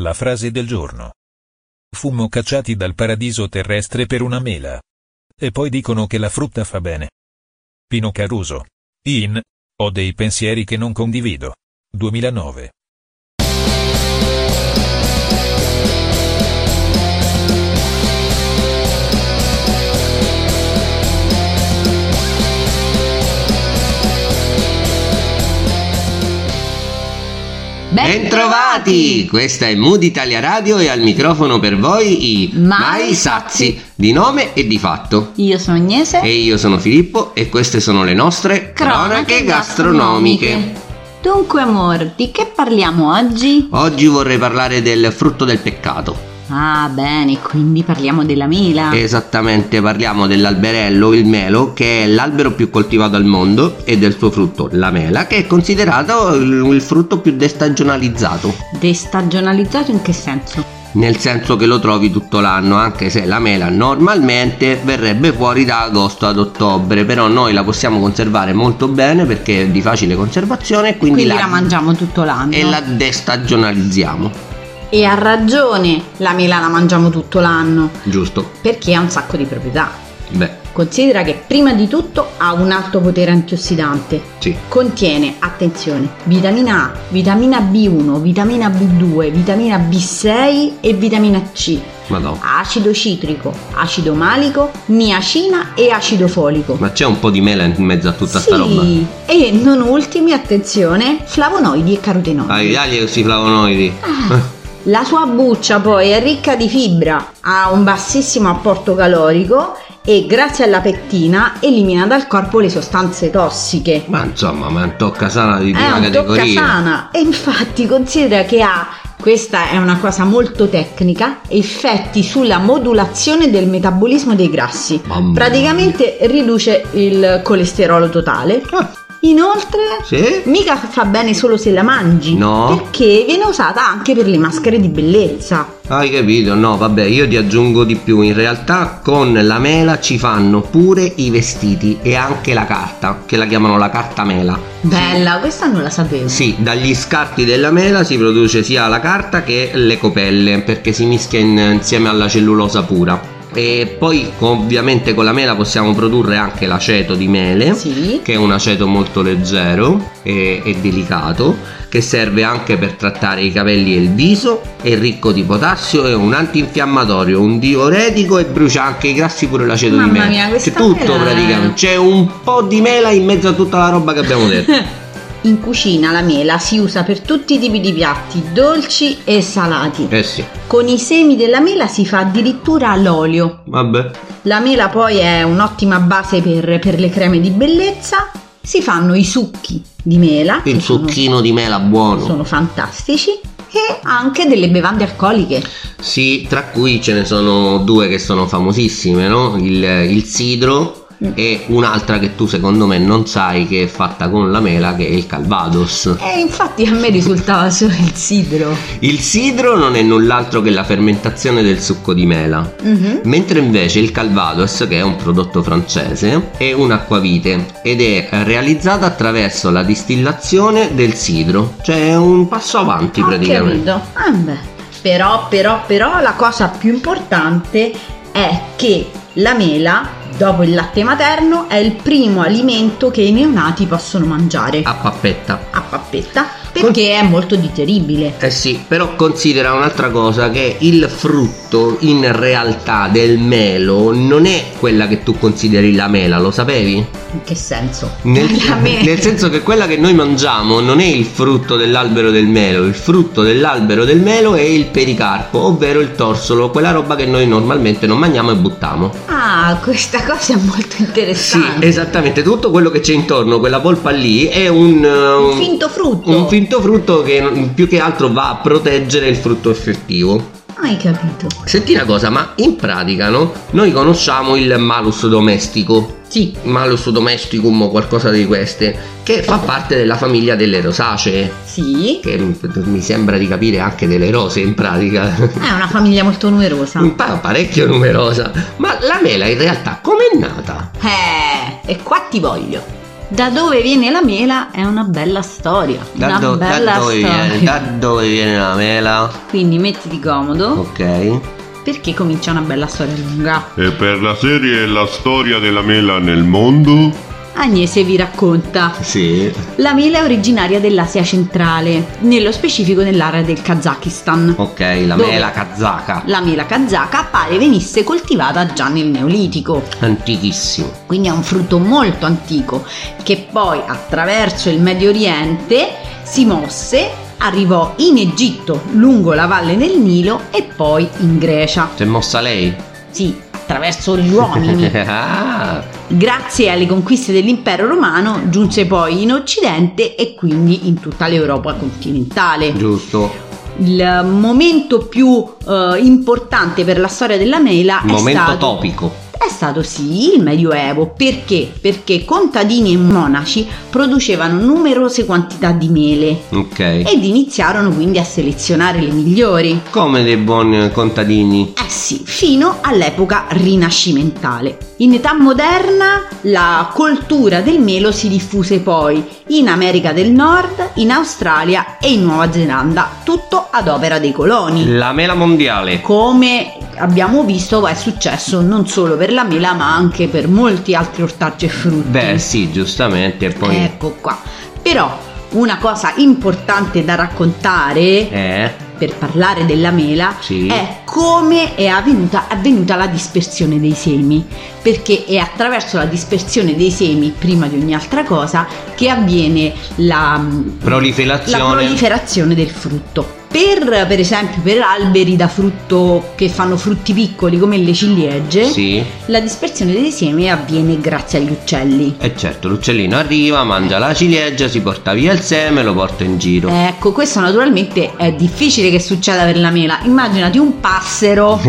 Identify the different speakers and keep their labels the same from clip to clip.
Speaker 1: La frase del giorno. Fummo cacciati dal paradiso terrestre per una mela. E poi dicono che la frutta fa bene. Pino Caruso. In. Ho dei pensieri che non condivido. 2009.
Speaker 2: Bentrovati! Questa è Mood Italia Radio e al microfono per voi i
Speaker 3: Mai
Speaker 2: Mai Sazi di nome e di fatto.
Speaker 3: Io sono Agnese.
Speaker 2: E io sono Filippo e queste sono le nostre cronache gastronomiche.
Speaker 3: Dunque, amor, di che parliamo oggi?
Speaker 2: Oggi vorrei parlare del frutto del peccato.
Speaker 3: Ah, bene, quindi parliamo della mela.
Speaker 2: Ah. Esattamente, parliamo dell'alberello, il melo, che è l'albero più coltivato al mondo e del suo frutto, la mela, che è considerato il il frutto più destagionalizzato.
Speaker 3: Destagionalizzato in che senso?
Speaker 2: nel senso che lo trovi tutto l'anno, anche se la mela normalmente verrebbe fuori da agosto ad ottobre, però noi la possiamo conservare molto bene perché è di facile conservazione e quindi,
Speaker 3: Quindi, la, mangiamo tutto l'anno.
Speaker 2: e la destagionalizziamo,
Speaker 3: E ha ragione, la mela la mangiamo tutto l'anno,
Speaker 2: giusto?
Speaker 3: perché ha un sacco di proprietà.
Speaker 2: Beh,
Speaker 3: Considera che prima di tutto ha un alto potere antiossidante,
Speaker 2: sì.
Speaker 3: Contiene, attenzione, vitamina A, vitamina B1, vitamina B2, vitamina B6 e vitamina C,
Speaker 2: Madonna.
Speaker 3: acido citrico, acido malico, niacina e acido folico.
Speaker 2: Ma c'è un po' di mela in mezzo a tutta
Speaker 3: sì,
Speaker 2: sta roba.
Speaker 3: e non ultimi, attenzione, flavonoidi e carotenoidi.
Speaker 2: Ai agli questi flavonoidi.
Speaker 3: La sua buccia poi è ricca di fibra, ha un bassissimo apporto calorico e grazie alla pettina elimina dal corpo le sostanze tossiche.
Speaker 2: Ma insomma, ma è un tocca sana di
Speaker 3: è
Speaker 2: prima
Speaker 3: un Eh, tocca
Speaker 2: categoria.
Speaker 3: sana e infatti considera che ha questa è una cosa molto tecnica effetti sulla modulazione del metabolismo dei grassi
Speaker 2: Mamma
Speaker 3: praticamente riduce il colesterolo totale
Speaker 2: Ah.
Speaker 3: inoltre
Speaker 2: Sì?
Speaker 3: mica fa bene solo se la mangi
Speaker 2: No.
Speaker 3: perché viene usata anche per le maschere di bellezza
Speaker 2: Hai capito? No, vabbè, io ti aggiungo di più. In realtà con la mela ci fanno pure i vestiti e anche la carta, che la chiamano la carta mela.
Speaker 3: bella questa non la sapevo
Speaker 2: Sì, dagli scarti della mela si produce sia la carta che le copelle, perché si mischia in- insieme alla cellulosa pura. E poi ovviamente con la mela possiamo produrre anche l'aceto di mele
Speaker 3: Sì.
Speaker 2: che è un aceto molto leggero e, e delicato, che serve anche per trattare i capelli e il viso, è ricco di potassio, è un antinfiammatorio, un diuretico e brucia anche i grassi pure l'aceto
Speaker 3: Mamma
Speaker 2: di mela.
Speaker 3: mia, questa
Speaker 2: C'è
Speaker 3: mela
Speaker 2: tutto
Speaker 3: eh. è-
Speaker 2: praticamente, c'è un po' di mela in mezzo a tutta la roba che abbiamo detto.
Speaker 3: in cucina la mela si usa per tutti i tipi di piatti dolci e salati
Speaker 2: eh sì,
Speaker 3: Con i semi della mela si fa addirittura l'olio.
Speaker 2: vabbè.
Speaker 3: La mela poi è un'ottima base per, per le creme di bellezza. Si fanno i succhi di mela, che
Speaker 2: Il
Speaker 3: sono-
Speaker 2: succhino di mela buono.
Speaker 3: sono, fantastici, e anche delle bevande alcoliche.
Speaker 2: Sì, tra cui ce ne sono due che sono famosissime, no? Il, il sidro
Speaker 3: Mm.
Speaker 2: e un'altra che tu secondo me non sai che è fatta con la mela, che è il calvados.
Speaker 3: E infatti a me risultava solo il sidro.
Speaker 2: Il sidro non è null'altro che la fermentazione del succo di mela.
Speaker 3: Mhm.
Speaker 2: Mentre invece il Calvados, che è un prodotto francese, è un'acquavite ed è realizzata attraverso la distillazione del sidro, cioè è un passo avanti
Speaker 3: Ho
Speaker 2: praticamente.
Speaker 3: capito. Ah, beh. Però, però, però la cosa più importante è che la mela, dopo il latte materno, è il primo alimento che i neonati possono mangiare.
Speaker 2: A pappetta.
Speaker 3: a pappetta perché è molto digeribile.
Speaker 2: Eh sì, però considera un'altra cosa che il frutto in realtà del melo non è quella che tu consideri la mela, lo sapevi?
Speaker 3: In che senso?
Speaker 2: Nel,
Speaker 3: La me-
Speaker 2: nel senso che quella che noi mangiamo non è il frutto dell'albero del melo, il frutto dell'albero del melo è il pericarpo, ovvero il torsolo, quella roba che noi normalmente non mangiamo e buttiamo.
Speaker 3: Ah, questa cosa è molto
Speaker 2: Sì,
Speaker 3: interessante.
Speaker 2: esattamente, tutto quello che c'è intorno, quella polpa lì, è un... eh,
Speaker 3: Un finto frutto.
Speaker 2: un finto frutto che mm, più che altro va a proteggere il frutto effettivo.
Speaker 3: Hai capito?
Speaker 2: Senti una cosa, ma in pratica, no? Noi conosciamo il malus domestico,
Speaker 3: Sì.
Speaker 2: malus domesticum o qualcosa di queste, che fa parte della famiglia delle rosacee,
Speaker 3: Sì.
Speaker 2: che mi sembra di capire anche delle rose in pratica.
Speaker 3: È una famiglia molto numerosa.
Speaker 2: Un pa- parecchio numerosa. Ma la mela in realtà com'è nata?
Speaker 3: Eh, e qua ti voglio. Da dove viene la mela è una bella storia.
Speaker 2: Da,
Speaker 3: una
Speaker 2: do- da
Speaker 3: bella
Speaker 2: dove
Speaker 3: storia.
Speaker 2: viene, da dove viene la mela?
Speaker 3: Quindi mettiti
Speaker 2: Oh.
Speaker 3: comodo
Speaker 2: Ok.
Speaker 3: perché comincia una bella storia lunga.
Speaker 4: E per la serie La storia della mela nel mondo?
Speaker 3: Agnese vi racconta.
Speaker 2: Sì.
Speaker 3: La mela è originaria dell'Asia centrale, nello specifico nell'area del Kazakistan.
Speaker 2: Ok, la
Speaker 3: Dove?
Speaker 2: mela kazaka.
Speaker 3: La mela kazaka pare venisse coltivata già nel Neolitico,
Speaker 2: Antichissimo.
Speaker 3: quindi è un frutto molto antico che poi attraverso il Medio Oriente si mosse, arrivò in Egitto lungo la valle del Nilo e poi in Grecia.
Speaker 2: Si è mossa lei?
Speaker 3: Sì, attraverso gli uomini.
Speaker 2: ah,
Speaker 3: Grazie alle conquiste dell'impero romano giunse poi in Occidente e quindi in tutta l'Europa continentale.
Speaker 2: giusto.
Speaker 3: Il momento più eh, importante per la storia della mela è
Speaker 2: Momento
Speaker 3: stato
Speaker 2: topico.
Speaker 3: è stato sì il Medioevo, perché? Perché contadini e monaci producevano numerose quantità di mele
Speaker 2: Ok.
Speaker 3: ed iniziarono quindi a selezionare le migliori.
Speaker 2: Come dei buoni contadini.
Speaker 3: Eh sì, fino all'epoca rinascimentale. In età moderna la coltura del melo si diffuse poi in America del Nord, in Australia e in Nuova Zelanda, tutto ad opera dei coloni.
Speaker 2: La mela mondiale.
Speaker 3: Come abbiamo visto è successo non solo per la mela ma anche per molti altri ortaggi e frutti.
Speaker 2: Beh, sì, giustamente. e Poi.
Speaker 3: Ecco qua. Però una cosa importante da raccontare
Speaker 2: Eh.
Speaker 3: per parlare della mela
Speaker 2: Sì.
Speaker 3: è come è avvenuta, avvenuta la dispersione dei semi, perché è attraverso la dispersione dei semi, prima di ogni altra cosa, che avviene la, la
Speaker 2: Proliferazione.
Speaker 3: proliferazione del frutto. Per, per esempio per alberi da frutto che fanno frutti piccoli come le ciliegie,
Speaker 2: Sì.
Speaker 3: la dispersione dei semi avviene grazie agli uccelli.
Speaker 2: E certo, l'uccellino arriva, mangia la ciliegia, si porta via il seme e lo porta in giro.
Speaker 3: Ecco, questo naturalmente è difficile che succeda per la mela. Immaginati un passero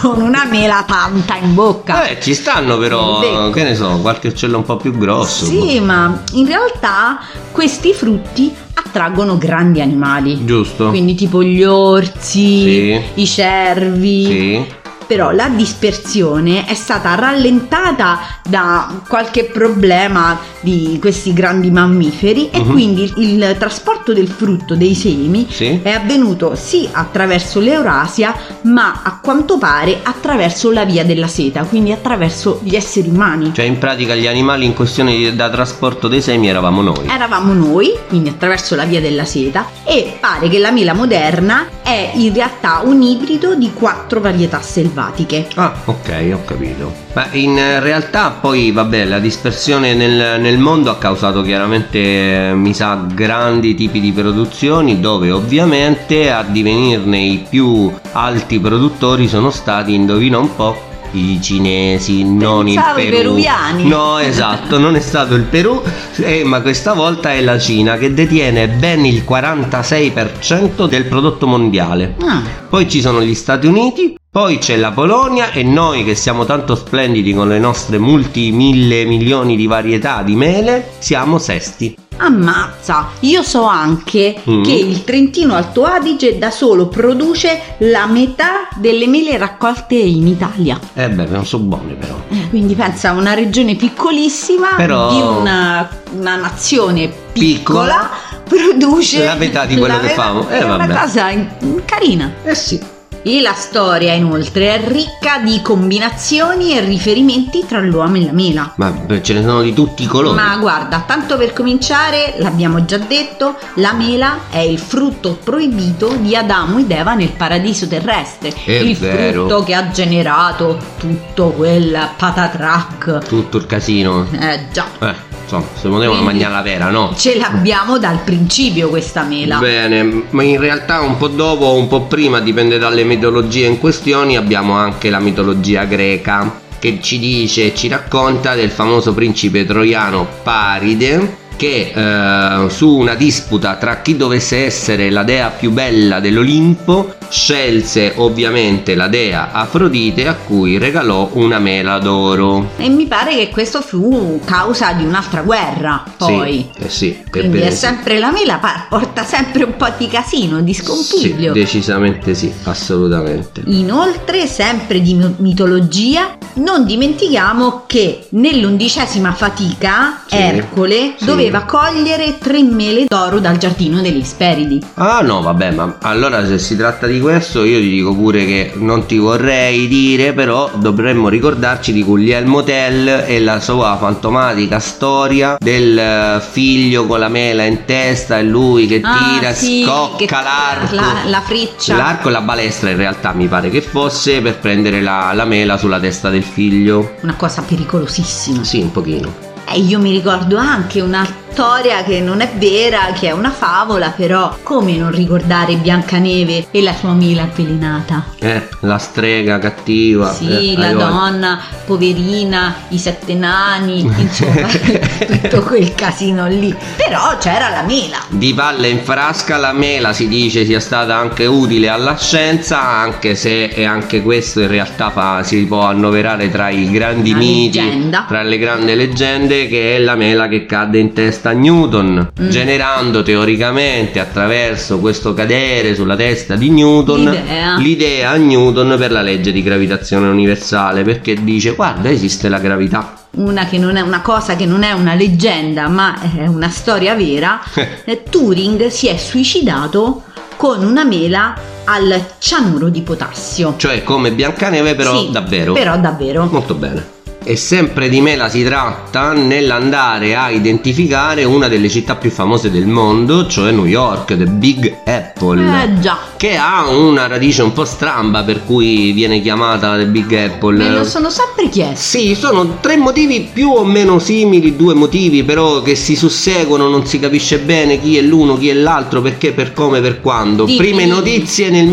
Speaker 3: con una mela tanta in bocca.
Speaker 2: Vabbè, Eh, ci stanno però,
Speaker 3: Il becco.
Speaker 2: che ne so, qualche uccello un po' più grosso.
Speaker 3: Sì, ma in realtà questi frutti attraggono grandi animali.
Speaker 2: Giusto?
Speaker 3: Quindi tipo gli orsi,
Speaker 2: Sì.
Speaker 3: i cervi.
Speaker 2: Sì.
Speaker 3: Però la dispersione è stata rallentata da qualche problema di questi grandi mammiferi e
Speaker 2: Mhm.
Speaker 3: quindi il trasporto del frutto, dei semi,
Speaker 2: Sì.
Speaker 3: è avvenuto sì attraverso l'Eurasia, ma a quanto pare attraverso la via della seta, quindi attraverso gli esseri umani.
Speaker 2: Cioè, in pratica gli animali in questione di- da trasporto dei semi eravamo noi.
Speaker 3: Eravamo noi, quindi attraverso la via della seta, e pare che la mela moderna è in realtà un ibrido di quattro varietà selvatiche.
Speaker 2: Ah, ok, ho capito. Ma in eh, realtà poi, vabbè, la dispersione nel, nel mondo ha causato chiaramente, eh, mi sa, grandi tipi di produzioni dove ovviamente a divenirne i più alti produttori sono stati, indovina un po', i cinesi, non
Speaker 3: Pensavo i
Speaker 2: il Perù.
Speaker 3: peruviani.
Speaker 2: No, esatto, non è stato il Perù, eh, ma questa volta è la Cina che detiene ben il 46% del prodotto mondiale.
Speaker 3: Ah,
Speaker 2: Poi ci sono gli Stati Uniti, poi c'è la Polonia e noi che siamo tanto splendidi con le nostre multi mille milioni di varietà di mele, siamo sesti.
Speaker 3: ammazza! Io so anche
Speaker 2: Mm.
Speaker 3: che il Trentino Alto Adige da solo produce la metà delle mele raccolte in Italia.
Speaker 2: Eh beh, non so buone però.
Speaker 3: Eh, Quindi pensa a una regione piccolissima
Speaker 2: Però-
Speaker 3: di una, una nazione piccola,
Speaker 2: Piccola.
Speaker 3: produce
Speaker 2: La metà di quello
Speaker 3: la
Speaker 2: che
Speaker 3: metà-
Speaker 2: famo. Eh,
Speaker 3: è una
Speaker 2: vabbè.
Speaker 3: cosa in- carina.
Speaker 2: Eh sì.
Speaker 3: E la storia, inoltre, è ricca di combinazioni e riferimenti tra l'uomo e la mela.
Speaker 2: Ma beh, ce ne sono di tutti i colori.
Speaker 3: Ma guarda, tanto per cominciare, l'abbiamo già detto, la mela è il frutto proibito di Adamo ed Eva nel paradiso terrestre.
Speaker 2: È
Speaker 3: il
Speaker 2: vero.
Speaker 3: frutto che ha generato tutto quel patatrack.
Speaker 2: Tutto il casino.
Speaker 3: Eh già,
Speaker 2: Eh, insomma, se potevano
Speaker 3: Quindi-
Speaker 2: mangiare la vera, no?
Speaker 3: ce l'abbiamo dal principio questa mela.
Speaker 2: Bene, ma in realtà un po' dopo o un po' prima, dipende dalle mitologie in questione, abbiamo anche la mitologia greca che ci dice e ci racconta del famoso principe troiano Paride che eh, su una disputa tra chi dovesse essere la dea più bella dell'Olimpo scelse ovviamente la dea Afrodite a cui regalò una mela d'oro.
Speaker 3: E mi pare che questo fu causa di un'altra guerra, poi.
Speaker 2: Sì, eh sì,
Speaker 3: Quindi
Speaker 2: ebbene
Speaker 3: è
Speaker 2: sì.
Speaker 3: sempre la mela, pa- porta sempre un po' di casino, di
Speaker 2: Sì,
Speaker 3: scompiglio.
Speaker 2: decisamente sì, assolutamente.
Speaker 3: Inoltre, sempre di mi- mitologia, non dimentichiamo che nell'undicesima fatica
Speaker 2: Sì,
Speaker 3: Ercole
Speaker 2: sì.
Speaker 3: doveva cogliere tre mele d'oro dal giardino degli Speridi.
Speaker 2: Ah no, vabbè, ma allora se si tratta di questo io ti dico pure che non ti vorrei dire, però dovremmo ricordarci di Guglielmo Tell e la sua fantomatica storia del eh, figlio con la mela in testa e lui che
Speaker 3: Ah,
Speaker 2: tira,
Speaker 3: sì,
Speaker 2: scocca
Speaker 3: che-
Speaker 2: l'arco.
Speaker 3: La, la freccia.
Speaker 2: L'arco e la balestra in realtà mi pare che fosse per prendere la, la mela sulla testa del figlio.
Speaker 3: Una cosa pericolosissima.
Speaker 2: Sì, un pochino.
Speaker 3: E io mi ricordo anche una storia che non è vera, che è una favola, però come non ricordare Biancaneve e la sua mela avvelenata?
Speaker 2: Eh, la strega cattiva.
Speaker 3: Sì,
Speaker 2: eh,
Speaker 3: la
Speaker 2: hai voglia.
Speaker 3: donna, poverina, i sette nani, insomma, tutto quel casino lì. Però c'era la mela.
Speaker 2: Di palla in frasca la mela si dice sia stata anche utile alla scienza, anche se e anche questo in realtà fa- si può annoverare tra i grandi
Speaker 3: Una
Speaker 2: miti,
Speaker 3: leggenda.
Speaker 2: tra le grandi leggende, che è la mela che cadde in testa a Newton,
Speaker 3: Mm.
Speaker 2: generando teoricamente attraverso questo cadere sulla testa di Newton
Speaker 3: L'idea.
Speaker 2: l'idea a Newton per la legge di gravitazione universale, perché dice guarda esiste la gravità.
Speaker 3: Una, che non è una cosa che non è una leggenda, ma è una storia vera. Eh, Turing si è suicidato con una mela al cianuro di potassio.
Speaker 2: Cioè come Biancaneve però
Speaker 3: Sì,
Speaker 2: davvero.
Speaker 3: Però davvero.
Speaker 2: Molto bene. E sempre di mela si tratta nell'andare a identificare una delle città più famose del mondo, cioè New York, The Big Apple.
Speaker 3: Eh già,
Speaker 2: Che ha una radice un po' stramba per cui viene chiamata The Big Apple.
Speaker 3: me lo sono sempre chiesto.
Speaker 2: Sì, sono tre motivi più o meno simili, due motivi però che si susseguono, non si capisce bene chi è l'uno, chi è l'altro, perché, per come, per quando.
Speaker 3: Dimmi,
Speaker 2: Prime
Speaker 3: dimmi.
Speaker 2: notizie nel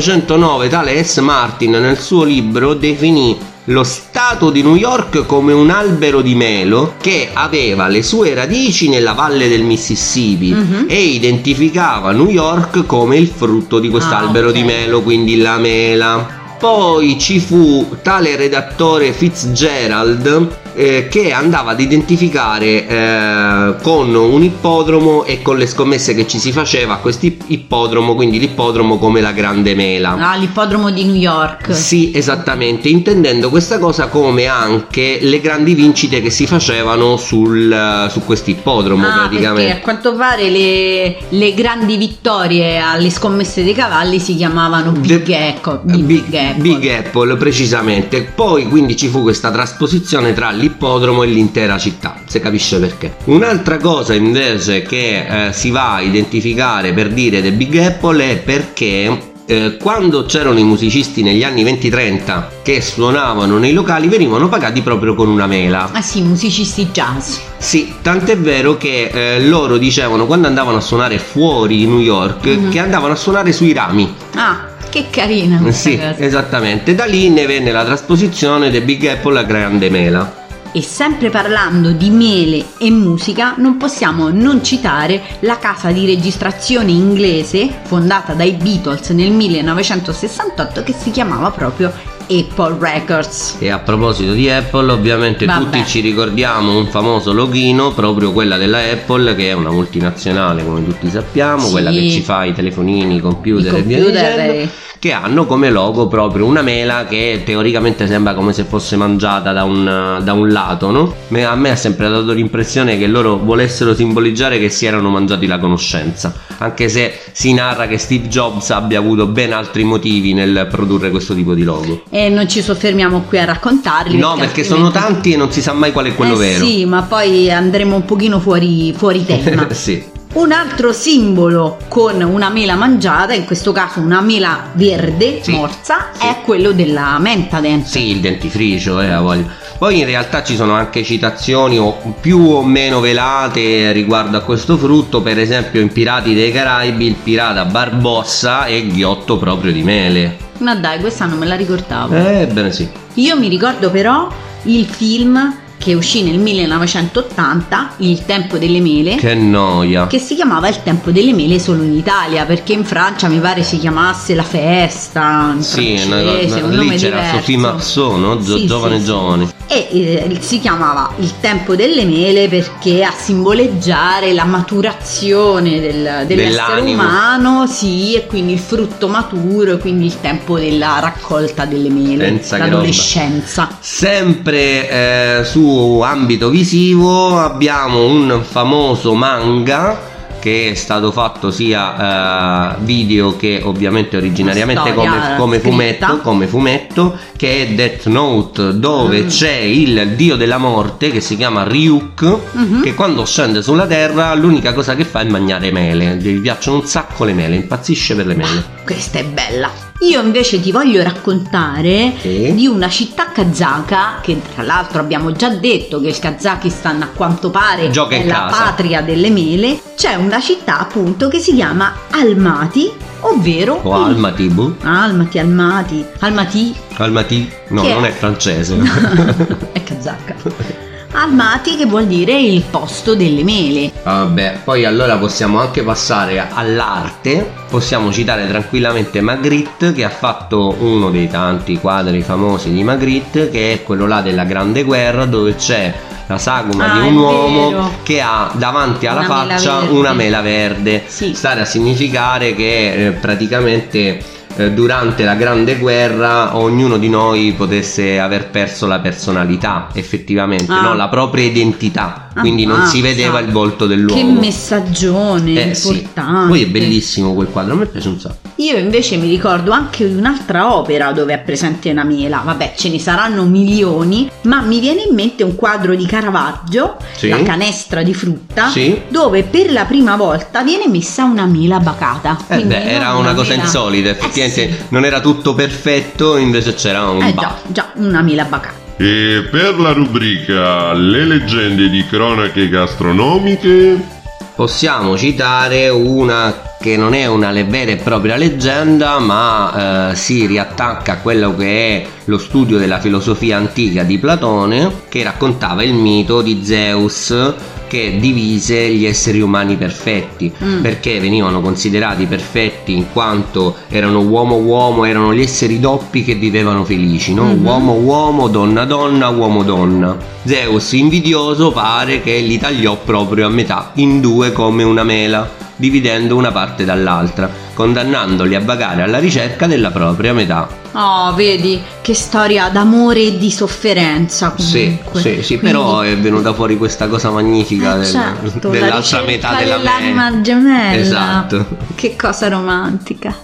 Speaker 2: 1909, tale S. Martin nel suo libro definì lo stato di New York come un albero di melo che aveva le sue radici nella valle del Mississippi
Speaker 3: Mhm.
Speaker 2: e identificava New York come il frutto di quest'albero
Speaker 3: Ah, ok.
Speaker 2: di melo, quindi la mela. Poi ci fu tale redattore Fitzgerald eh, che andava ad identificare eh, con un ippodromo e con le scommesse che ci si faceva a questi ippodromo, quindi l'ippodromo come la grande mela.
Speaker 3: Ah, l'ippodromo di New York.
Speaker 2: Sì, esattamente, intendendo questa cosa come anche le grandi vincite che si facevano sul, eh, su quest'ippodromo
Speaker 3: Ah, perché a
Speaker 2: praticamente.
Speaker 3: quanto pare le, le grandi vittorie alle scommesse dei cavalli si chiamavano Big, Echo- Big,
Speaker 2: eh, Big-
Speaker 3: Apple.
Speaker 2: Big Apple, precisamente. Poi quindi ci fu questa trasposizione tra l'ippodromo e l'intera città, se capisce perché. Un'altra cosa invece che eh, si va a identificare per dire The Big Apple è perché eh, quando c'erano i musicisti negli anni 20-30 che suonavano nei locali venivano pagati proprio con una mela.
Speaker 3: Ah sì, musicisti jazz.
Speaker 2: Sì, tant'è vero che eh, loro dicevano quando andavano a suonare fuori di New York
Speaker 3: Mhm.
Speaker 2: che andavano a suonare sui rami.
Speaker 3: Ah, che carina questa
Speaker 2: Sì,
Speaker 3: cosa.
Speaker 2: esattamente. Da lì ne venne la trasposizione The Big Apple a Grande Mela.
Speaker 3: E sempre parlando di mele e musica, non possiamo non citare la casa di registrazione inglese fondata dai Beatles nel 1968 che si chiamava proprio Apple Records.
Speaker 2: E a proposito di Apple, ovviamente
Speaker 3: Vabbè.
Speaker 2: tutti ci ricordiamo un famoso loghino, proprio quella della Apple, che è una multinazionale, come tutti sappiamo,
Speaker 3: Sì.
Speaker 2: quella che ci fa i telefonini, i computer,
Speaker 3: I
Speaker 2: e via
Speaker 3: computer,
Speaker 2: dicendo,
Speaker 3: eh.
Speaker 2: che hanno come logo proprio una mela che teoricamente sembra come se fosse mangiata da un, da un lato, no? Me- A me ha sempre dato l'impressione che loro volessero simboleggiare che si erano mangiati la conoscenza, anche se si narra che Steve Jobs abbia avuto ben altri motivi nel produrre questo tipo di logo.
Speaker 3: E Eh, non ci soffermiamo qui a raccontarli.
Speaker 2: No, perché sono
Speaker 3: altrimenti-
Speaker 2: tanti e non si sa mai qual è quello
Speaker 3: Eh
Speaker 2: vero.
Speaker 3: Sì, ma poi andremo un pochino fuori, fuori tema.
Speaker 2: sì.
Speaker 3: un altro simbolo con una mela mangiata, in questo caso una mela verde
Speaker 2: Sì,
Speaker 3: morsa,
Speaker 2: sì.
Speaker 3: è quello della menta dente.
Speaker 2: Sì, il dentifricio, eh, ha voglia. Poi in realtà ci sono anche citazioni o più o meno velate riguardo a questo frutto, per esempio in Pirati dei Caraibi il pirata Barbossa è ghiotto proprio di mele. Eh?
Speaker 3: Ma dai, questa non me la ricordavo.
Speaker 2: Ebbene sì.
Speaker 3: Io mi ricordo però il film che uscì nel 1980, Il tempo delle mele,
Speaker 2: Che noia.
Speaker 3: che si chiamava Il tempo delle mele solo in Italia, perché in Francia mi pare si chiamasse La festa, in
Speaker 2: Sì, è una
Speaker 3: francese,
Speaker 2: cosa-
Speaker 3: un
Speaker 2: lì
Speaker 3: nome
Speaker 2: c'era
Speaker 3: diverso.
Speaker 2: Sophie Marceau, no? Zo-
Speaker 3: Sì,
Speaker 2: giovane
Speaker 3: sì, sì.
Speaker 2: giovane.
Speaker 3: E eh, si chiamava Il tempo delle mele perché a simboleggiare la maturazione del- dell'essere
Speaker 2: Dell'animo.
Speaker 3: umano, sì, e quindi il frutto maturo, e quindi il tempo della raccolta delle mele,
Speaker 2: Pensa che
Speaker 3: l'adolescenza.
Speaker 2: Sempre eh, su ambito visivo abbiamo un famoso manga che è stato fatto sia eh, video che ovviamente originariamente
Speaker 3: Storia
Speaker 2: come, come
Speaker 3: scritta.
Speaker 2: fumetto, come fumetto, che è Death Note dove
Speaker 3: Mm.
Speaker 2: c'è il dio della morte che si chiama Ryuk
Speaker 3: Mhm.
Speaker 2: che quando scende sulla terra l'unica cosa che fa è mangiare mele, gli piacciono un sacco le mele, impazzisce per le mele.
Speaker 3: Questa è bella. Io invece ti voglio raccontare
Speaker 2: Sì.
Speaker 3: di una città kazaka che tra l'altro abbiamo già detto che il Kazakistan a quanto pare
Speaker 2: Gioca in
Speaker 3: è la
Speaker 2: casa.
Speaker 3: patria delle mele. C'è una città appunto che si chiama Almaty, ovvero
Speaker 2: O Almaty, boh.
Speaker 3: Almati, Almati, Almati
Speaker 2: Almaty? No,
Speaker 3: Che è?
Speaker 2: non è francese.
Speaker 3: è kazaka. Almaty Ecco, che vuol dire il posto delle mele.
Speaker 2: Vabbè, poi allora possiamo anche passare all'arte, possiamo citare tranquillamente Magritte che ha fatto uno dei tanti quadri famosi di Magritte che è quello là della Grande Guerra dove c'è la sagoma
Speaker 3: Ah,
Speaker 2: di
Speaker 3: è
Speaker 2: un uomo
Speaker 3: vero.
Speaker 2: che ha davanti alla
Speaker 3: Una mela
Speaker 2: faccia
Speaker 3: verde.
Speaker 2: una mela verde,
Speaker 3: Sì.
Speaker 2: stare a significare che eh, praticamente eh, durante la Grande Guerra ognuno di noi potesse aver perso la personalità effettivamente,
Speaker 3: Ah.
Speaker 2: no? la propria identità, quindi non si
Speaker 3: Ammazza.
Speaker 2: vedeva il volto dell'uomo.
Speaker 3: Che messaggione
Speaker 2: Eh, sì.
Speaker 3: importante.
Speaker 2: Poi è bellissimo quel quadro, a me piace un sacco.
Speaker 3: Io invece mi ricordo anche di un'altra opera dove è presente una mela, vabbè ce ne saranno milioni, ma mi viene in mente un quadro di Caravaggio,
Speaker 2: Sì.
Speaker 3: la canestra di frutta,
Speaker 2: Sì. Eh,
Speaker 3: dove per la prima volta viene messa una mela bacata.
Speaker 2: Eh
Speaker 3: Quindi
Speaker 2: beh,
Speaker 3: non
Speaker 2: era una cosa
Speaker 3: mela-
Speaker 2: insolita, effettivamente non era tutto perfetto, invece c'era un
Speaker 3: Eh già,
Speaker 2: ba.
Speaker 3: già, una mela bacata.
Speaker 4: E per la rubrica Le leggende di cronache gastronomiche,
Speaker 2: Possiamo citare una che non è una le- vera e propria leggenda, ma eh, si riattacca a quello che è lo studio della filosofia antica di Platone, che raccontava il mito di Zeus che divise gli esseri umani perfetti.
Speaker 3: Mm.
Speaker 2: perché venivano considerati perfetti in quanto erano uomo-uomo, erano gli esseri doppi che vivevano felici, no?
Speaker 3: Mhm.
Speaker 2: uomo-uomo, donna-donna, uomo-donna. Zeus, invidioso, pare che li tagliò proprio a metà, in due come una mela, dividendo una parte dall'altra, condannandoli a vagare alla ricerca della propria metà.
Speaker 3: Oh, vedi che storia d'amore e di sofferenza
Speaker 2: Sì,
Speaker 3: comunque.
Speaker 2: sì, sì,
Speaker 3: Quindi-
Speaker 2: però è venuta fuori questa cosa magnifica
Speaker 3: Eh,
Speaker 2: del-
Speaker 3: certo, la
Speaker 2: dell'altra
Speaker 3: ricerca
Speaker 2: metà della mela.
Speaker 3: dell'anima gemella.
Speaker 2: Esatto.
Speaker 3: Che cosa romantica.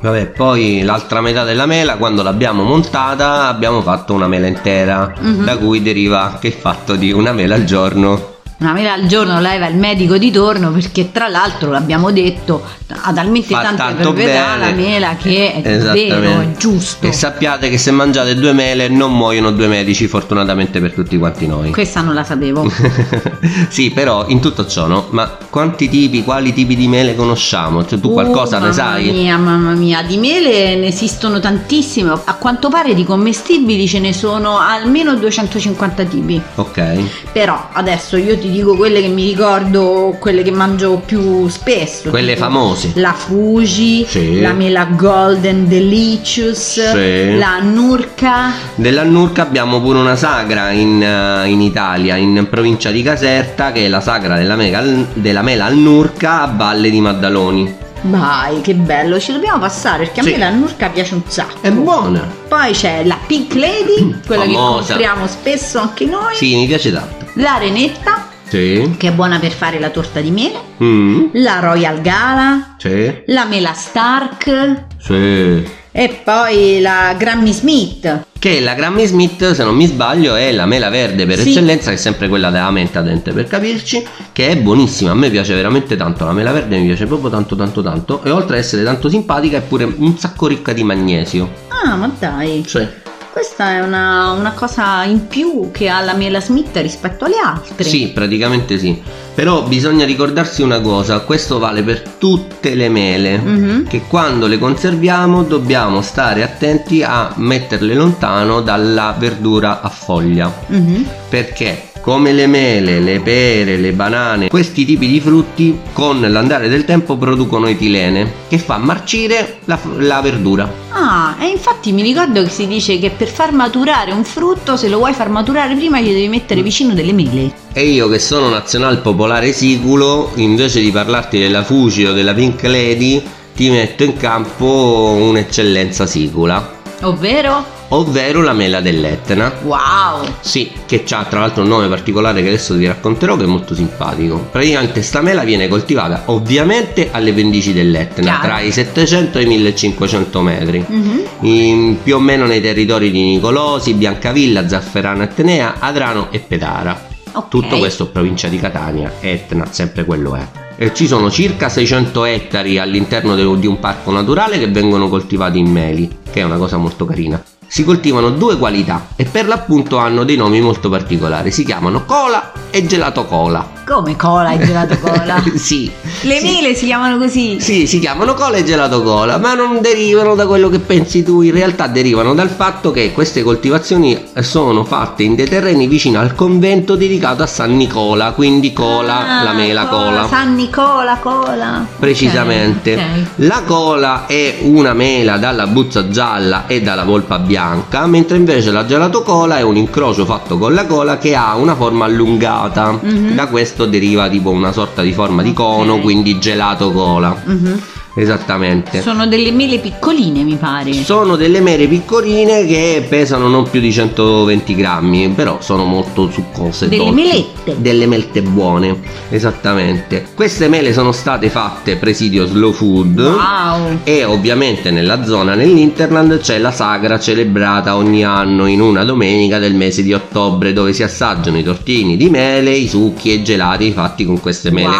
Speaker 2: Vabbè, poi l'altra metà della mela, quando l'abbiamo montata, abbiamo fatto una mela intera,
Speaker 3: Mhm.
Speaker 2: da cui deriva anche il fatto di una mela al giorno.
Speaker 3: Una mela al giorno leva il medico di torno perché tra l'altro l'abbiamo detto ha talmente
Speaker 2: Fa
Speaker 3: tante
Speaker 2: tanto
Speaker 3: proprietà
Speaker 2: bene.
Speaker 3: la mela che è
Speaker 2: Esattamente. Esatto.
Speaker 3: vero, è giusto.
Speaker 2: E sappiate che se mangiate due mele non muoiono due medici, fortunatamente per tutti quanti noi.
Speaker 3: Questa non la sapevo.
Speaker 2: sì, però in tutto ciò, no? Ma quanti tipi, quali tipi di mele conosciamo? Cioè, tu
Speaker 3: Oh,
Speaker 2: qualcosa ne sai?
Speaker 3: Mamma mia, mamma mia, di mele ne esistono tantissime. A quanto pare di commestibili ce ne sono almeno 250 tipi.
Speaker 2: Ok.
Speaker 3: Però adesso io ti dico quelle che mi ricordo, quelle che mangio più spesso.
Speaker 2: Quelle
Speaker 3: tipo
Speaker 2: famose.
Speaker 3: La Fuji,
Speaker 2: Sì.
Speaker 3: la mela Golden Delicious,
Speaker 2: Sì.
Speaker 3: la Nurka.
Speaker 2: Della Nurca abbiamo pure una sagra in, eh, in Italia, in provincia di Caserta, che è la sagra della, mega- della mela al Nurca a Valle di Maddaloni.
Speaker 3: Vai, che bello, ci dobbiamo passare perché a
Speaker 2: Sì.
Speaker 3: me la Nurka piace un sacco.
Speaker 2: È buona!
Speaker 3: Poi c'è la Pink Lady, quella
Speaker 2: Famosa.
Speaker 3: che compriamo spesso anche noi.
Speaker 2: Sì, mi piace tanto.
Speaker 3: La Renetta,
Speaker 2: Sì.
Speaker 3: che è buona per fare la torta di mele.
Speaker 2: Mm.
Speaker 3: La Royal Gala,
Speaker 2: Sì.
Speaker 3: la Mela Stark
Speaker 2: Sì.
Speaker 3: e poi la Grammy Smith.
Speaker 2: Che la Grammy Smith, se non mi sbaglio, è la mela verde per
Speaker 3: Sì.
Speaker 2: eccellenza, che è sempre quella della menta dente per capirci, che è buonissima. A me piace veramente tanto. La mela verde mi piace proprio tanto, tanto, tanto. E oltre ad essere tanto simpatica, è pure un sacco ricca di magnesio.
Speaker 3: Ah, ma dai.
Speaker 2: Sì.
Speaker 3: Questa è una, una cosa in più che ha la Mela Smith rispetto alle altre.
Speaker 2: Sì, praticamente sì. Però bisogna ricordarsi una cosa, questo vale per tutte le mele,
Speaker 3: Mhm.
Speaker 2: che quando le conserviamo dobbiamo stare attenti a metterle lontano dalla verdura a foglia.
Speaker 3: Mhm.
Speaker 2: Perché Come le mele, le pere, le banane, questi tipi di frutti con l'andare del tempo producono etilene che fa marcire la, la verdura.
Speaker 3: Ah, e infatti mi ricordo che si dice che per far maturare un frutto, se lo vuoi far maturare prima, gli devi
Speaker 2: Mm.
Speaker 3: mettere vicino delle mele.
Speaker 2: E io che sono nazional popolare siculo, invece di parlarti della Fuji o della Pink Lady, ti metto in campo un'eccellenza sicula,
Speaker 3: Ovvero?
Speaker 2: ovvero la mela dell'Etna.
Speaker 3: Wow!
Speaker 2: Sì, che ha tra l'altro un nome particolare che adesso ti racconterò che è molto simpatico. Praticamente sta mela viene coltivata ovviamente alle pendici dell'Etna,
Speaker 3: Chiaro.
Speaker 2: tra i 700 e i 1500 metri,
Speaker 3: Mhm.
Speaker 2: in- più o meno nei territori di Nicolosi, Biancavilla, Zafferano, Etnea, Adrano e Petara.
Speaker 3: Ok.
Speaker 2: Tutto questo è provincia di Catania, Etna, sempre quello è. E ci sono circa 600 ettari all'interno de- di un parco naturale che vengono coltivati in meli, che è una cosa molto carina. Si coltivano due qualità e per l'appunto hanno dei nomi molto particolari, si chiamano cola e gelato cola.
Speaker 3: Come cola e gelato cola?
Speaker 2: sì.
Speaker 3: Le
Speaker 2: sì.
Speaker 3: mele si chiamano così.
Speaker 2: Sì, si chiamano cola e gelato cola, ma non derivano da quello che pensi tu, in realtà derivano dal fatto che queste coltivazioni sono fatte in dei terreni vicino al convento dedicato a San Nicola, quindi cola,
Speaker 3: Ah,
Speaker 2: la mela cola.
Speaker 3: San Nicola, cola.
Speaker 2: Precisamente.
Speaker 3: Ok,
Speaker 2: La cola è una mela dalla buzza gialla e dalla polpa bianca, mentre invece la gelatocola è un incrocio fatto con la cola che ha una forma allungata.
Speaker 3: Mhm.
Speaker 2: Da questo deriva tipo una sorta di forma di
Speaker 3: Ok.
Speaker 2: cono, quindi gelato cola.
Speaker 3: ok. Mhm.
Speaker 2: Esattamente.
Speaker 3: Sono delle mele piccoline, mi pare.
Speaker 2: Sono delle mere piccoline che pesano non più di 120 grammi, però sono molto succose. e
Speaker 3: Delle
Speaker 2: dolci.
Speaker 3: melette.
Speaker 2: Delle melte buone, esattamente. Queste mele sono state fatte presidio slow food.
Speaker 3: wow.
Speaker 2: E ovviamente nella zona, nell'Interland, c'è la sagra celebrata ogni anno in una domenica del mese di ottobre dove si assaggiano i tortini di mele, i succhi e i gelati fatti con queste mele.
Speaker 3: Wow,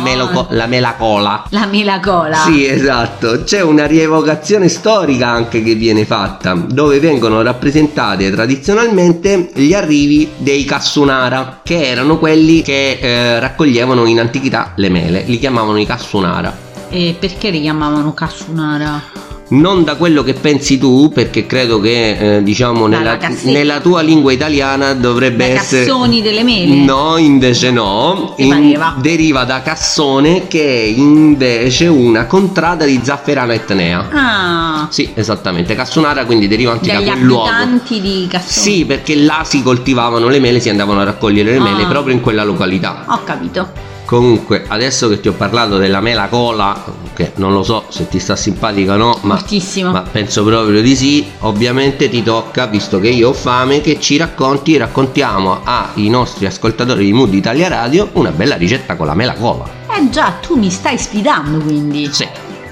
Speaker 3: buono.
Speaker 2: meloco- la mela cola.
Speaker 3: La mela cola.
Speaker 2: Sì, esatto, c'è una rievocazione storica anche che viene fatta, dove vengono rappresentate tradizionalmente gli arrivi dei Cassunara, che erano quelli che eh, raccoglievano in antichità le mele, li chiamavano i Cassunara.
Speaker 3: E perché li chiamavano Cassunara?
Speaker 2: Non da quello che pensi tu, perché credo che eh, diciamo
Speaker 3: Dalla
Speaker 2: nella,
Speaker 3: cassetta.
Speaker 2: nella tua lingua italiana dovrebbe
Speaker 3: I
Speaker 2: essere...
Speaker 3: cassoni delle mele?
Speaker 2: No, invece no,
Speaker 3: Ti pareva?
Speaker 2: deriva da cassone che è invece una contrada di zafferana etnea.
Speaker 3: Ah,
Speaker 2: Sì, esattamente. Cassonara quindi derivante
Speaker 3: dagli
Speaker 2: da quel luogo.
Speaker 3: abitanti di Cassoni.
Speaker 2: Sì, perché là si coltivavano le mele, si andavano a raccogliere le mele
Speaker 3: Ah.
Speaker 2: proprio in quella località.
Speaker 3: Ho capito.
Speaker 2: Comunque, adesso che ti ho parlato della mela cola, che non lo so se ti sta simpatica o no, ma,
Speaker 3: Fortissimo.
Speaker 2: ma penso proprio di sì, ovviamente ti tocca, visto che io ho fame, che ci racconti, raccontiamo ai nostri ascoltatori di Mood Italia Radio una bella ricetta con la mela cola.
Speaker 3: Eh già, tu mi stai sfidando quindi.
Speaker 2: Sì,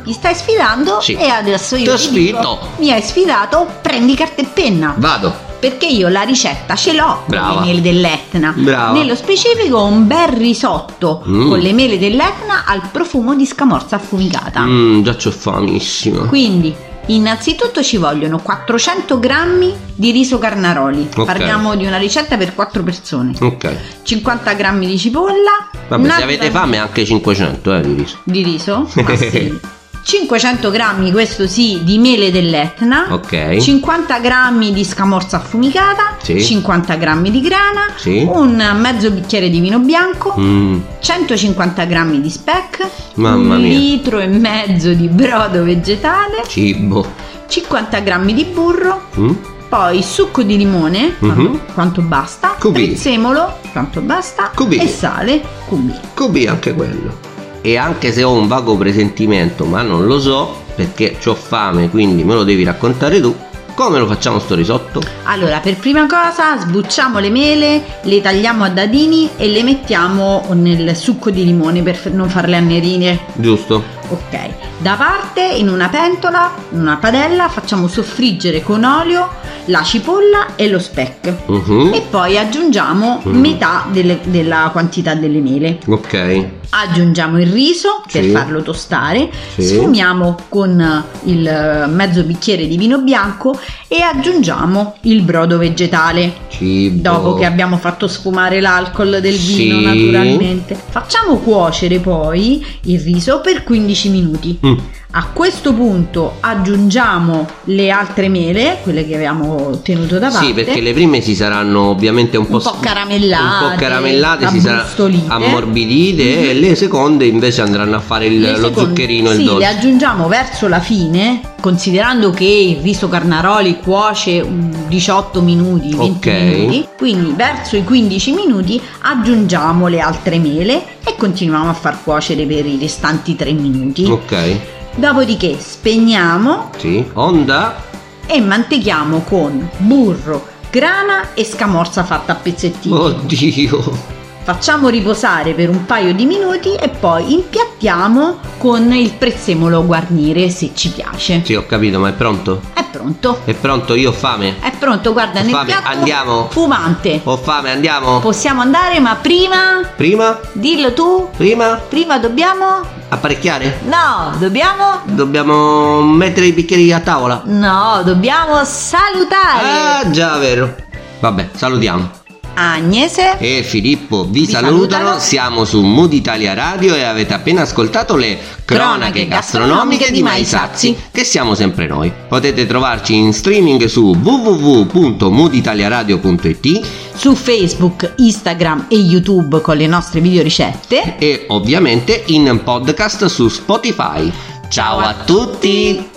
Speaker 3: Mi stai sfidando
Speaker 2: Sì.
Speaker 3: e adesso
Speaker 2: Ti
Speaker 3: io
Speaker 2: ho
Speaker 3: ti dico,
Speaker 2: sfido.
Speaker 3: mi hai sfidato, prendi carta e penna.
Speaker 2: vado.
Speaker 3: Perché io la ricetta ce l'ho
Speaker 2: Brava.
Speaker 3: con le mele dell'Etna.
Speaker 2: Brava.
Speaker 3: Nello specifico un bel risotto
Speaker 2: Mm.
Speaker 3: con le mele dell'Etna al profumo di scamorza affumicata.
Speaker 2: Mm, già c'ho famissimo.
Speaker 3: Quindi, innanzitutto ci vogliono 400 grammi di riso carnaroli.
Speaker 2: Ok.
Speaker 3: Parliamo di una ricetta per 4 persone.
Speaker 2: Ok.
Speaker 3: 50 grammi di cipolla.
Speaker 2: Vabbè,
Speaker 3: una
Speaker 2: se avete
Speaker 3: zanzara-
Speaker 2: fame anche 500 eh, di riso.
Speaker 3: Di riso? Ah, sì. 500 grammi, questo sì, di mele dell'Etna.
Speaker 2: Ok.
Speaker 3: 50 grammi di scamorza affumicata,
Speaker 2: Sì.
Speaker 3: 50 grammi di grana,
Speaker 2: Sì.
Speaker 3: un mezzo bicchiere di vino bianco,
Speaker 2: Mm,
Speaker 3: 150 grammi di speck,
Speaker 2: Mamma
Speaker 3: un
Speaker 2: mia.
Speaker 3: litro e mezzo di brodo vegetale,
Speaker 2: cibo.
Speaker 3: 50 grammi di burro,
Speaker 2: Mm,
Speaker 3: poi succo di limone,
Speaker 2: Mhm.
Speaker 3: quanto basta,
Speaker 2: Cubi.
Speaker 3: prezzemolo, quanto basta,
Speaker 2: Cubi.
Speaker 3: e sale, cubi.
Speaker 2: Cubi anche quello. E anche se ho un vago presentimento, ma non lo so, perché ho fame, quindi me lo devi raccontare tu. Come lo facciamo sto risotto?
Speaker 3: Allora, per prima cosa sbucciamo le mele, le tagliamo a dadini e le mettiamo nel succo di limone per f- non farle annerire.
Speaker 2: Giusto?
Speaker 3: Ok, da parte in una pentola, in una padella, facciamo soffriggere con olio la cipolla e lo speck.
Speaker 2: Mhm,
Speaker 3: E poi aggiungiamo
Speaker 2: Mm.
Speaker 3: metà delle- della quantità delle mele.
Speaker 2: Ok.
Speaker 3: Aggiungiamo il riso per
Speaker 2: Sì.
Speaker 3: farlo tostare,
Speaker 2: Sì.
Speaker 3: sfumiamo con il eh, mezzo bicchiere di vino bianco e aggiungiamo il brodo vegetale.
Speaker 2: Cibo.
Speaker 3: Dopo che abbiamo fatto sfumare l'alcol del
Speaker 2: Oh. Sì.
Speaker 3: vino, naturalmente. Facciamo cuocere poi il riso per 15 minuti.
Speaker 2: Mm.
Speaker 3: A questo punto aggiungiamo le altre mele, quelle che avevamo tenuto da parte.
Speaker 2: Sì, perché le prime si saranno ovviamente un po',
Speaker 3: Un po'
Speaker 2: s-
Speaker 3: caramellate,
Speaker 2: un po' caramellate, si saranno
Speaker 3: abbrustolite.
Speaker 2: ammorbidite e le seconde invece andranno a fare il-
Speaker 3: Le
Speaker 2: lo
Speaker 3: seconde-
Speaker 2: zuccherino e
Speaker 3: sì,
Speaker 2: il dolce.
Speaker 3: le aggiungiamo verso la fine, considerando che il riso carnaroli cuoce mm, 18 minuti, 20
Speaker 2: Ok.
Speaker 3: minuti, quindi verso i 15 minuti aggiungiamo le altre mele e continuiamo a far cuocere per i restanti 3 minuti.
Speaker 2: Ok,
Speaker 3: Dopodiché spegniamo
Speaker 2: sì. Onda?
Speaker 3: e mantechiamo con burro, grana e scamorza fatta a pezzettini.
Speaker 2: Oh. Oddio.
Speaker 3: Facciamo riposare per un paio di minuti e poi impiattiamo con il prezzemolo guarnire se ci piace.
Speaker 2: Sì, ho capito, ma è pronto?
Speaker 3: È pronto.
Speaker 2: È pronto, io ho fame.
Speaker 3: È pronto, guarda, nel
Speaker 2: Fabio,
Speaker 3: piatto
Speaker 2: andiamo.
Speaker 3: fumante.
Speaker 2: Ho fame, andiamo.
Speaker 3: Possiamo andare, ma prima
Speaker 2: Prima?
Speaker 3: dillo tu,
Speaker 2: Prima?
Speaker 3: prima dobbiamo
Speaker 2: Apparecchiare?
Speaker 3: No, dobbiamo
Speaker 2: Dobbiamo mettere i bicchieri a tavola.
Speaker 3: No, dobbiamo salutare
Speaker 2: Ah, già, vero. Vabbè, salutiamo.
Speaker 3: Agnese
Speaker 2: Ah. E Filippo
Speaker 3: Vi
Speaker 2: vi, salutano.
Speaker 3: salutano.
Speaker 2: Siamo su Mood Italia Radio e avete appena ascoltato le cronache gastronomiche di Mai Sazi, che siamo sempre noi. Potete trovarci in streaming su www.mooditaliaradio.it
Speaker 3: su Facebook, Instagram e YouTube con le nostre videoricette.
Speaker 2: e ovviamente in podcast su Spotify. Ciao a tutti!